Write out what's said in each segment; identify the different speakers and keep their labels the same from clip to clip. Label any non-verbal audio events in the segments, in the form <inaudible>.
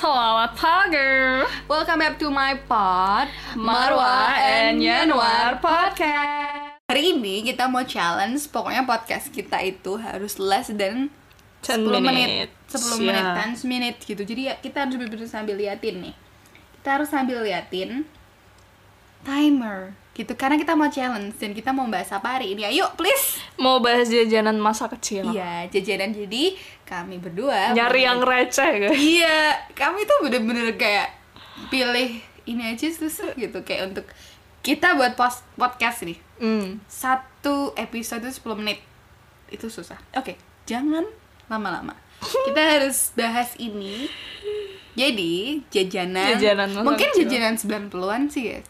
Speaker 1: Selamat pagi.
Speaker 2: Welcome back to my pod
Speaker 1: Marwa and Yanwar
Speaker 2: Podcast Hari ini kita mau challenge Pokoknya podcast kita itu harus less than 10 menit 10 menit,
Speaker 1: Iya.
Speaker 2: 10 menit gitu Jadi ya, kita harus bener-bener sambil liatin nih Kita harus sambil liatin Timer gitu Karena kita mau challenge dan kita mau bahas apa hari ini Ayo please
Speaker 1: Mau bahas jajanan masa kecil.
Speaker 2: Iya jajanan jadi kami berdua
Speaker 1: Nyari yang receh guys.
Speaker 2: Iya, kami tuh bener-bener kayak pilih ini aja susah gitu kayak untuk kita buat pos- podcast nih
Speaker 1: Hmm.
Speaker 2: satu episode 10 menit itu susah. Oke, jangan lama-lama.
Speaker 1: <laughs>
Speaker 2: Kita harus bahas ini. Jadi jajanan,
Speaker 1: Jajanan masa
Speaker 2: mungkin
Speaker 1: kecil.
Speaker 2: jajanan 90-an sih ya.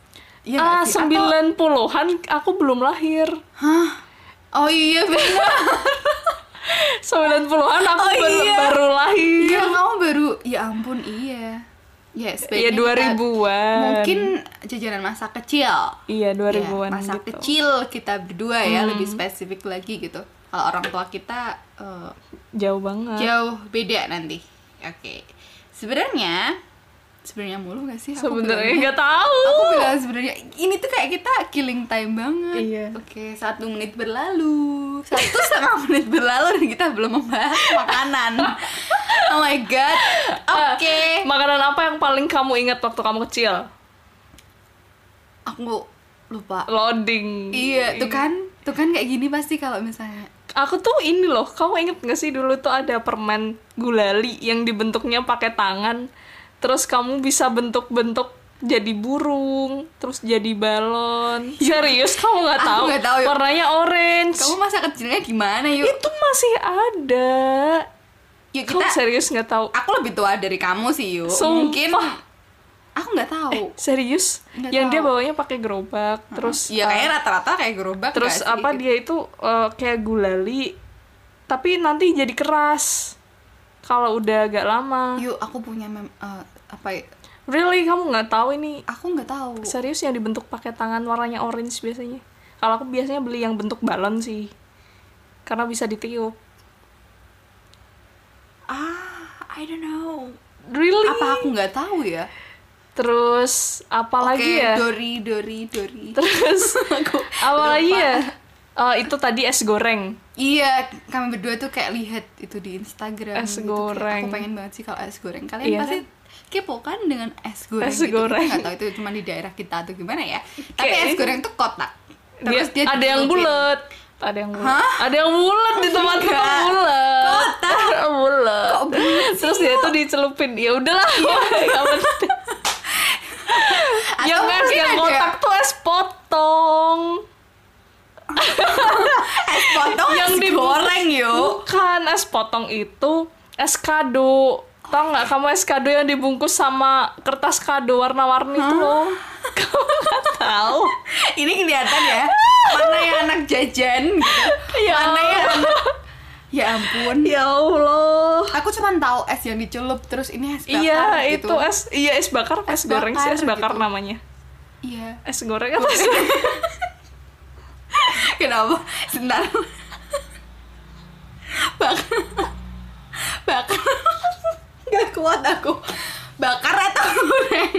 Speaker 2: Iya nggak
Speaker 1: Ah,
Speaker 2: sih? Atau-
Speaker 1: sembilan puluhan aku belum lahir.
Speaker 2: Hah? Oh
Speaker 1: <laughs>
Speaker 2: iya benar.
Speaker 1: Sembilan puluhan aku
Speaker 2: <laughs> Oh,
Speaker 1: baru,
Speaker 2: iya.
Speaker 1: baru lahir.
Speaker 2: Iya, kamu baru ya ampun iya. Ya,
Speaker 1: Iya
Speaker 2: sebaiknya
Speaker 1: dua
Speaker 2: kita-
Speaker 1: ribuan.
Speaker 2: Mungkin jajanan masa kecil.
Speaker 1: Iya dua ribuan
Speaker 2: Ya, masa
Speaker 1: gitu. Hmm.
Speaker 2: kecil kita berdua ya lebih spesifik lagi gitu kalau orang tua kita eh,
Speaker 1: Jauh banget.
Speaker 2: jauh beda nanti oke sebenarnya sebenarnya mulu gak sih aku
Speaker 1: Sebenarnya
Speaker 2: bilangnya?
Speaker 1: nggak tahu.
Speaker 2: aku bilang sebenarnya ini tuh kayak kita killing time banget
Speaker 1: Iya.
Speaker 2: oke satu menit berlalu satu setengah <laughs> menit berlalu dan kita belum membahas
Speaker 1: <laughs>
Speaker 2: makanan oh my god oke
Speaker 1: Makanan apa yang paling kamu ingat waktu kamu kecil? Ah.
Speaker 2: aku lupa
Speaker 1: Loading.
Speaker 2: iya tuh kan tuh kan kayak gini pasti kalau misalnya
Speaker 1: Aku tuh ini loh, kamu inget gak sih dulu tuh ada permen gulali yang dibentuknya pakai tangan, terus kamu bisa bentuk-bentuk jadi burung, terus jadi balon. Serius kamu nggak
Speaker 2: Iya. Aku
Speaker 1: tahu?
Speaker 2: nggak tahu, yuk.
Speaker 1: Warnanya orange.
Speaker 2: Kamu masa kecilnya gimana yuk?
Speaker 1: Itu masih ada.
Speaker 2: Yuk
Speaker 1: Kamu
Speaker 2: kita,
Speaker 1: serius nggak tahu?
Speaker 2: aku lebih tua dari kamu sih yuk.
Speaker 1: Sumpah.
Speaker 2: Mungkin aku nggak tahu.
Speaker 1: Serius?
Speaker 2: Nggak
Speaker 1: yang dia
Speaker 2: tahu.
Speaker 1: bawanya pakai gerobak, terus
Speaker 2: Iya
Speaker 1: uh,
Speaker 2: kayaknya rata-rata kayak gerobak.
Speaker 1: terus
Speaker 2: nggak sih? gitu.
Speaker 1: apa dia itu eh, kayak gulali, tapi nanti jadi keras kalau udah agak lama.
Speaker 2: Yuk aku punya mem eh, apa? ya?
Speaker 1: Really kamu nggak tahu ini
Speaker 2: Aku nggak tahu.
Speaker 1: serius yang dibentuk pakai tangan warnanya orange biasanya. Kalau aku biasanya beli yang bentuk balon sih, karena bisa ditiup.
Speaker 2: Ah, I don't know.
Speaker 1: Really?
Speaker 2: Apa aku nggak tahu ya?
Speaker 1: Terus apa lagi
Speaker 2: Oke,
Speaker 1: ya?
Speaker 2: Dori, Dori, Dori.
Speaker 1: <laughs> Terus
Speaker 2: <laughs> Aku
Speaker 1: apa lagi
Speaker 2: lupa.
Speaker 1: ya? Eh, itu tadi es goreng.
Speaker 2: Iya, kami berdua tuh kayak lihat itu di Instagram.
Speaker 1: Es
Speaker 2: gitu. Kayak
Speaker 1: goreng.
Speaker 2: Aku pengen banget sih kalau es goreng. Kalian
Speaker 1: Iya
Speaker 2: pasti
Speaker 1: kan?
Speaker 2: kepo kan dengan es goreng.
Speaker 1: Es
Speaker 2: gitu.
Speaker 1: goreng.
Speaker 2: Kita nggak tahu itu cuma di daerah kita atau gimana ya. Tapi
Speaker 1: Kayak-
Speaker 2: es goreng tuh kotak.
Speaker 1: Dia, ada yang
Speaker 2: ditutupin.
Speaker 1: bulat, ada yang bulat,
Speaker 2: Hah?
Speaker 1: ada yang bulat di tempat kita
Speaker 2: Enggak.
Speaker 1: bulat, <laughs> bulat.
Speaker 2: Kok bulat sih, Iya.
Speaker 1: Terus dia tuh dicelupin. Ya udahlah. <laughs> Nggak penting.
Speaker 2: Atau
Speaker 1: yang
Speaker 2: ya?
Speaker 1: es
Speaker 2: mungkin
Speaker 1: yang
Speaker 2: ada
Speaker 1: kotak tuh es potong.
Speaker 2: es potong
Speaker 1: yang
Speaker 2: yang
Speaker 1: di-
Speaker 2: digoreng yuk.
Speaker 1: Bukan es potong itu es kado. Tau nggak kamu es kado yang dibungkus sama kertas kado warna-warni itu loh. Kamu nggak tahu?
Speaker 2: Ini kelihatan ya. Mana yang anak jajan gitu.
Speaker 1: Ya
Speaker 2: Mana yang anak... Ya ampun.
Speaker 1: Ya Allah.
Speaker 2: Aku cuma tahu es yang dicelup terus ini es bakar
Speaker 1: Iya
Speaker 2: gitu.
Speaker 1: itu es iya es bakar apa es,
Speaker 2: Es
Speaker 1: goreng sih
Speaker 2: bakar
Speaker 1: es bakar
Speaker 2: gitu.
Speaker 1: namanya.
Speaker 2: Iya.
Speaker 1: Es goreng apa es goreng?
Speaker 2: Kenapa? Sebentar. Bakar. Bakar. Gak kuat aku. Bakar atau goreng?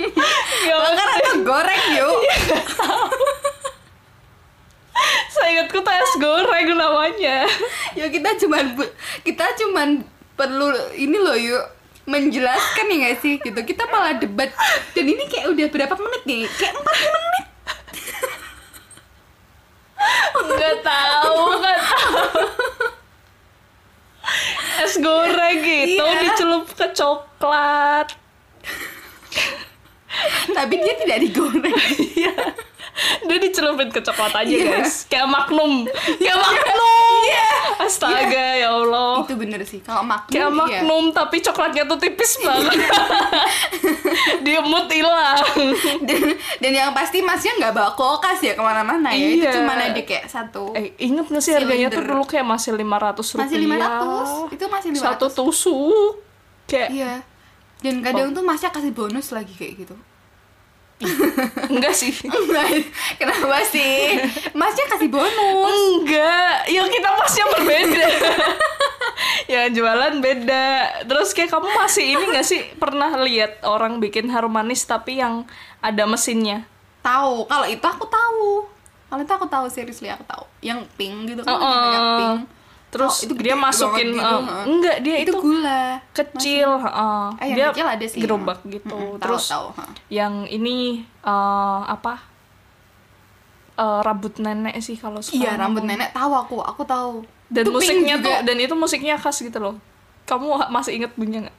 Speaker 1: Nggak
Speaker 2: Bakar atau goreng yuk.
Speaker 1: Saya ingatku tuh es goreng namanya.
Speaker 2: Yuk kita cuman bu- kita cuman perlu ini loh yuk menjelaskan ya gak sih gitu kita malah debat dan ini kayak udah berapa menit nih kayak empat menit
Speaker 1: Nggak tahu nggak tahu. Es goreng gitu
Speaker 2: Iya.
Speaker 1: dicelup ke coklat.
Speaker 2: tapi dia tidak digoreng
Speaker 1: Iya. Dia dicelupin ke coklat aja
Speaker 2: Iya.
Speaker 1: guys. Kayak maknum. Kayak maknum. Astaga ya Allah.
Speaker 2: itu bener sih kalau maknum
Speaker 1: Kayak
Speaker 2: iya.
Speaker 1: maknum tapi coklatnya tuh tipis <laughs> banget. Diemut hilang.
Speaker 2: <laughs> dan, dan yang pasti masnya nggak bawa kulkas ya kemana-mana ya itu
Speaker 1: Iya.
Speaker 2: cuma ada kayak satu
Speaker 1: Eh, inget gak sih harganya tuh
Speaker 2: Silinder.
Speaker 1: dulu kayak masih 500 rupiah.
Speaker 2: Masih 500? Itu masih
Speaker 1: Satu tusuk. Kayak, Oh.
Speaker 2: iya dan kadang tuh masnya kasih bonus lagi kayak
Speaker 1: <laughs>
Speaker 2: gitu <laughs>
Speaker 1: enggak sih.
Speaker 2: kenapa sih masnya kasih bonus
Speaker 1: enggak. <laughs> Ya kita masnya berbeda. yang jualan beda terus kayak kamu masih ini gak sih pernah lihat orang bikin harum manis tapi yang ada mesinnya
Speaker 2: tahu kalau itu aku tahu kalau itu aku tahu seriously aku tahu yang pink gitu kan
Speaker 1: Oh,
Speaker 2: lebih banyak
Speaker 1: oh.
Speaker 2: pink
Speaker 1: terus
Speaker 2: Oh, itu
Speaker 1: dia
Speaker 2: gede
Speaker 1: masukin
Speaker 2: banget gitu,
Speaker 1: eh,
Speaker 2: heeh.
Speaker 1: enggak dia
Speaker 2: itu,
Speaker 1: itu,
Speaker 2: gula
Speaker 1: kecil heeh.
Speaker 2: eh, yang
Speaker 1: dia
Speaker 2: kecil ada sih
Speaker 1: gerobak gitu
Speaker 2: Mm-mm, tahu,
Speaker 1: terus
Speaker 2: tahu, heeh.
Speaker 1: yang ini eh, apa Eh, rambut nenek sih kalau sekarang
Speaker 2: iya rambut nenek tahu aku aku tahu
Speaker 1: dan
Speaker 2: Itu pink
Speaker 1: musiknya
Speaker 2: juga.
Speaker 1: tuh dan itu musiknya khas gitu loh kamu ha- masih inget bunyinya nggak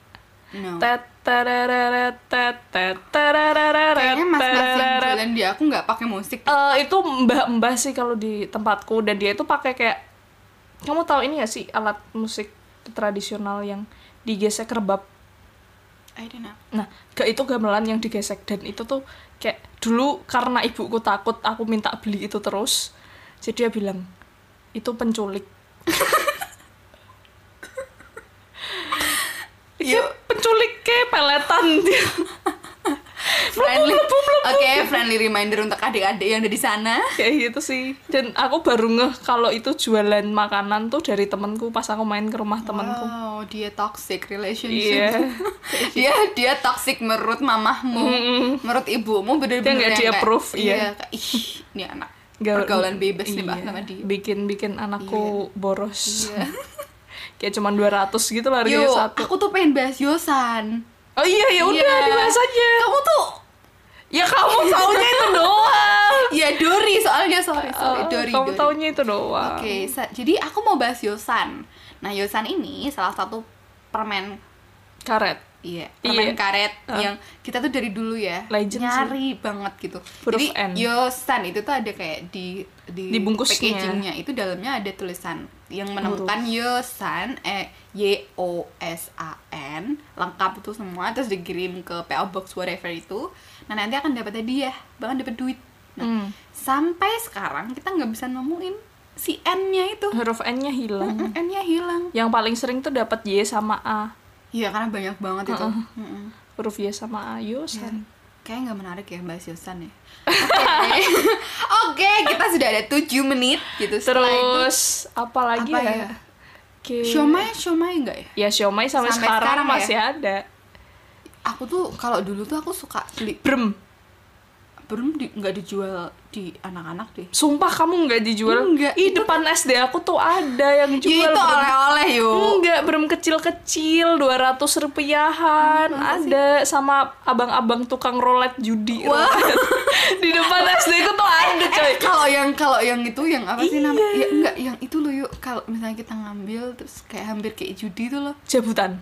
Speaker 2: No.
Speaker 1: Tet, tereret, tet, tet, tereret,
Speaker 2: kayaknya mas mas yang
Speaker 1: tereret.
Speaker 2: jualan dia aku nggak pakai musik
Speaker 1: Eh, itu mbah-mbah sih kalau di tempatku dan dia itu pakai kayak kamu tahu ini gak sih alat musik tradisional yang digesek rebab
Speaker 2: I don't know
Speaker 1: Nah, gak itu gamelan yang digesek dan itu tuh kayak dulu karena ibuku takut aku minta beli itu terus. Jadi dia bilang, "Itu
Speaker 2: <laughs>
Speaker 1: penculik." Iya, penculik ke peletan
Speaker 2: <laughs>
Speaker 1: dia.
Speaker 2: friendly oke friendly reminder untuk adik-adik yang ada di sana
Speaker 1: Kayak gitu sih. Dan aku baru ngeh kalau itu jualan makanan tuh dari temenku pas aku main ke rumah temenku.
Speaker 2: wow dia toxic <laughs> relationship
Speaker 1: Iya.
Speaker 2: dia dia toxic menurut mamahmu menurut
Speaker 1: Dia nggak
Speaker 2: ibumu bener-bener yang
Speaker 1: di
Speaker 2: kayak-
Speaker 1: approve, iya.
Speaker 2: kayak, ih ini anak
Speaker 1: Gaul-
Speaker 2: pergaulan bebas nih
Speaker 1: Iya,
Speaker 2: Pak, sama dia
Speaker 1: Bikin-bikin anakku boros.
Speaker 2: Iya.
Speaker 1: <laughs> Kayak cuman 200 gitu lah harganya
Speaker 2: Yuk,
Speaker 1: satu.
Speaker 2: aku tuh pengen bahas Yosan
Speaker 1: Oh iya ya udah
Speaker 2: Iya.
Speaker 1: dibahas aja.
Speaker 2: kamu tuh
Speaker 1: Ya kamu taunya itu doang.
Speaker 2: ya Dori soalnya sorry Eh, sorry
Speaker 1: Ah,
Speaker 2: Dori
Speaker 1: kamu
Speaker 2: Dori.
Speaker 1: taunya itu doang.
Speaker 2: oke sa- jadi aku mau bahas Yosan nah Yosan ini salah satu permen
Speaker 1: Karet.
Speaker 2: Iya, permen
Speaker 1: Iya.
Speaker 2: karet
Speaker 1: Heeh.
Speaker 2: yang kita tuh dari dulu ya
Speaker 1: Legend sih.
Speaker 2: nyari banget gitu.
Speaker 1: Huruf
Speaker 2: Jadi
Speaker 1: N.
Speaker 2: Yosan itu tuh ada kayak di di,
Speaker 1: Dibungkusnya.
Speaker 2: packagingnya itu dalamnya ada tulisan yang menemukan Yosan eh Y O S A N lengkap itu semua terus dikirim ke PO Box whatever itu. Nah nanti akan dapat hadiah bahkan dapat duit. Nah,
Speaker 1: Hmm.
Speaker 2: sampai sekarang kita nggak bisa nemuin si N-nya itu.
Speaker 1: Huruf N-nya
Speaker 2: <laughs>
Speaker 1: hilang.
Speaker 2: N-nya hilang.
Speaker 1: Yang paling sering tuh dapat Y sama A.
Speaker 2: Iya karena banyak banget itu. Mm-mm.
Speaker 1: Huruf Y sama A.
Speaker 2: Iya.
Speaker 1: Yosan.
Speaker 2: Kayaknya nggak menarik ya Mbak Yosan ya. Oke, <laughs> Oke, kita sudah ada 7 menit gitu. Setelah itu,
Speaker 1: Terus apa lagi
Speaker 2: Apa
Speaker 1: ya?
Speaker 2: ya?
Speaker 1: Oke.
Speaker 2: siomay siomay nggak ya?
Speaker 1: Ya siomay sampai,
Speaker 2: Sampai
Speaker 1: sekarang,
Speaker 2: sekarang ya?
Speaker 1: masih ada.
Speaker 2: Aku tuh kalau dulu tuh aku suka beli
Speaker 1: Brem.
Speaker 2: belum di- nggak dijual di anak-anak deh.
Speaker 1: Sumpah kamu nggak dijual.
Speaker 2: Enggak,
Speaker 1: Ih
Speaker 2: itu
Speaker 1: depan SD aku tuh ada yang
Speaker 2: Ya,
Speaker 1: jual.
Speaker 2: itu
Speaker 1: brem.
Speaker 2: oleh-oleh yuk.
Speaker 1: Enggak, brem kecil-kecil 200 rupiahan ada sama abang-abang tukang roulette judi.
Speaker 2: Wah.
Speaker 1: roulette. <laughs> Di depan SD ku tuh ada, coy.
Speaker 2: Eh, kalau yang kalau yang itu yang apa sih
Speaker 1: Iya.
Speaker 2: namanya? Ya enggak, yang itu loh yuk. Kalau misalnya kita ngambil terus kayak hampir kayak judi tuh loh.
Speaker 1: Jabutan.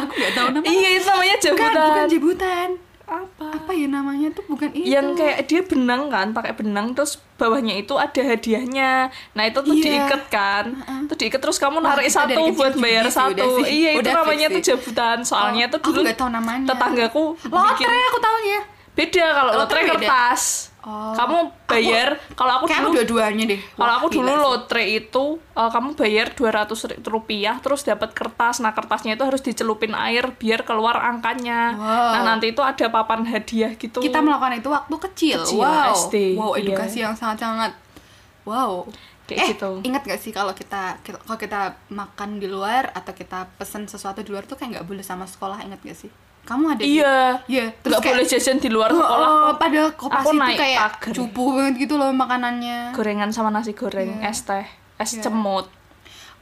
Speaker 2: Aku nggak tahu namanya.
Speaker 1: Iya, itu namanya
Speaker 2: Bukan,
Speaker 1: jabutan.
Speaker 2: bukan jebutan.
Speaker 1: Apa?
Speaker 2: Apa ya namanya tuh bukan itu.
Speaker 1: Yang kayak dia benang kan, pakai benang terus bawahnya itu ada hadiahnya. Nah, itu tuh
Speaker 2: Iya.
Speaker 1: diikat kan. Terus diikat terus kamu
Speaker 2: Wah,
Speaker 1: narik
Speaker 2: kita dari
Speaker 1: satu
Speaker 2: kecil
Speaker 1: buat
Speaker 2: judi
Speaker 1: bayar
Speaker 2: sih, udah
Speaker 1: satu.
Speaker 2: sih.
Speaker 1: Iya, itu
Speaker 2: Udah fix
Speaker 1: namanya
Speaker 2: sih.
Speaker 1: tuh jabutan. Soalnya tuh
Speaker 2: Aku
Speaker 1: dulu
Speaker 2: nggak tahu namanya.
Speaker 1: tetanggaku
Speaker 2: Lotre
Speaker 1: bikin
Speaker 2: aku tahunya.
Speaker 1: beda kalau
Speaker 2: Lotre
Speaker 1: lotre,
Speaker 2: beda.
Speaker 1: kertas
Speaker 2: Oh.
Speaker 1: kamu bayar kalau aku
Speaker 2: Kayak aku
Speaker 1: dulu
Speaker 2: dua-duanya deh.
Speaker 1: kalau
Speaker 2: Wah,
Speaker 1: aku dulu
Speaker 2: gila sih.
Speaker 1: lotre itu eh, kamu bayar 200 ri- rupiah terus dapat kertas nah kertasnya itu harus dicelupin air biar keluar angkanya
Speaker 2: Wow.
Speaker 1: nah nanti itu ada papan hadiah gitu
Speaker 2: kita melakukan itu waktu kecil,
Speaker 1: Kecil,
Speaker 2: wow
Speaker 1: SD,
Speaker 2: wow
Speaker 1: iya.
Speaker 2: edukasi yang sangat-sangat wow
Speaker 1: Kayak
Speaker 2: eh
Speaker 1: gitu.
Speaker 2: ingat gak sih kalau kita kalau kita makan di luar atau kita pesen sesuatu di luar tuh kayak nggak boleh sama sekolah ingat gak sih kamu ada
Speaker 1: iya
Speaker 2: di- iya
Speaker 1: nggak boleh jajan di luar sekolah
Speaker 2: oh, oh, padahal koperasi
Speaker 1: Aku
Speaker 2: itu
Speaker 1: naik
Speaker 2: kayak
Speaker 1: pagar.
Speaker 2: cupu banget gitu loh makanannya
Speaker 1: oh. gorengan sama nasi goreng es teh es cemut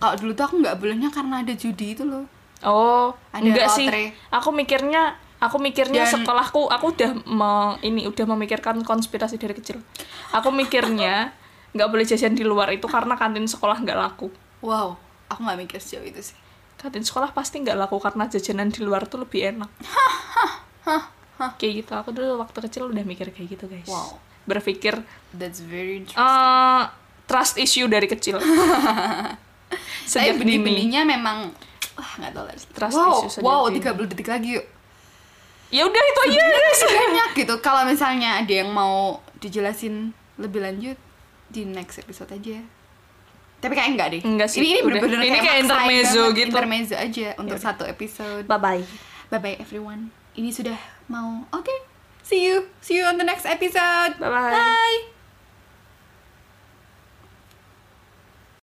Speaker 2: kalau dulu tuh aku nggak bolehnya karena ada judi itu loh
Speaker 1: oh
Speaker 2: Ada
Speaker 1: enggak
Speaker 2: lotre.
Speaker 1: sih aku mikirnya aku mikirnya
Speaker 2: Dan-
Speaker 1: sekolahku aku udah me- ini udah memikirkan konspirasi dari kecil aku <laughs> mikirnya nggak boleh jajan di luar itu karena kantin sekolah nggak laku
Speaker 2: wow aku nggak mikir sejauh itu sih
Speaker 1: kantin sekolah pasti nggak laku karena jajanan di luar tuh lebih enak kayak gitu aku dulu waktu kecil udah mikir kayak gitu guys
Speaker 2: Wow.
Speaker 1: berpikir
Speaker 2: that's very interesting
Speaker 1: eh, trust issue dari kecil
Speaker 2: Tapi
Speaker 1: sejak dini
Speaker 2: benih-benihnya memang wah nggak tahu lagi.
Speaker 1: Trust
Speaker 2: wow,
Speaker 1: issues
Speaker 2: wow,
Speaker 1: sejak
Speaker 2: 30 detik lagi yuk.
Speaker 1: ya udah itu aja guys
Speaker 2: Banyak gitu. Kalau misalnya ada yang mau dijelasin lebih lanjut di next episode aja. Tapi kayaknya enggak deh.
Speaker 1: Enggak sih,
Speaker 2: Ini, ini
Speaker 1: udah.
Speaker 2: bener-bener
Speaker 1: Ini
Speaker 2: kayak,
Speaker 1: kayak
Speaker 2: maksain
Speaker 1: intermezzo
Speaker 2: banget.
Speaker 1: gitu.
Speaker 2: Intermezzo aja untuk satu episode.
Speaker 1: bye bye
Speaker 2: Bye-bye everyone. Ini sudah mau. Oke. See you. See you on the next episode.
Speaker 1: Bye-bye.
Speaker 2: Bye.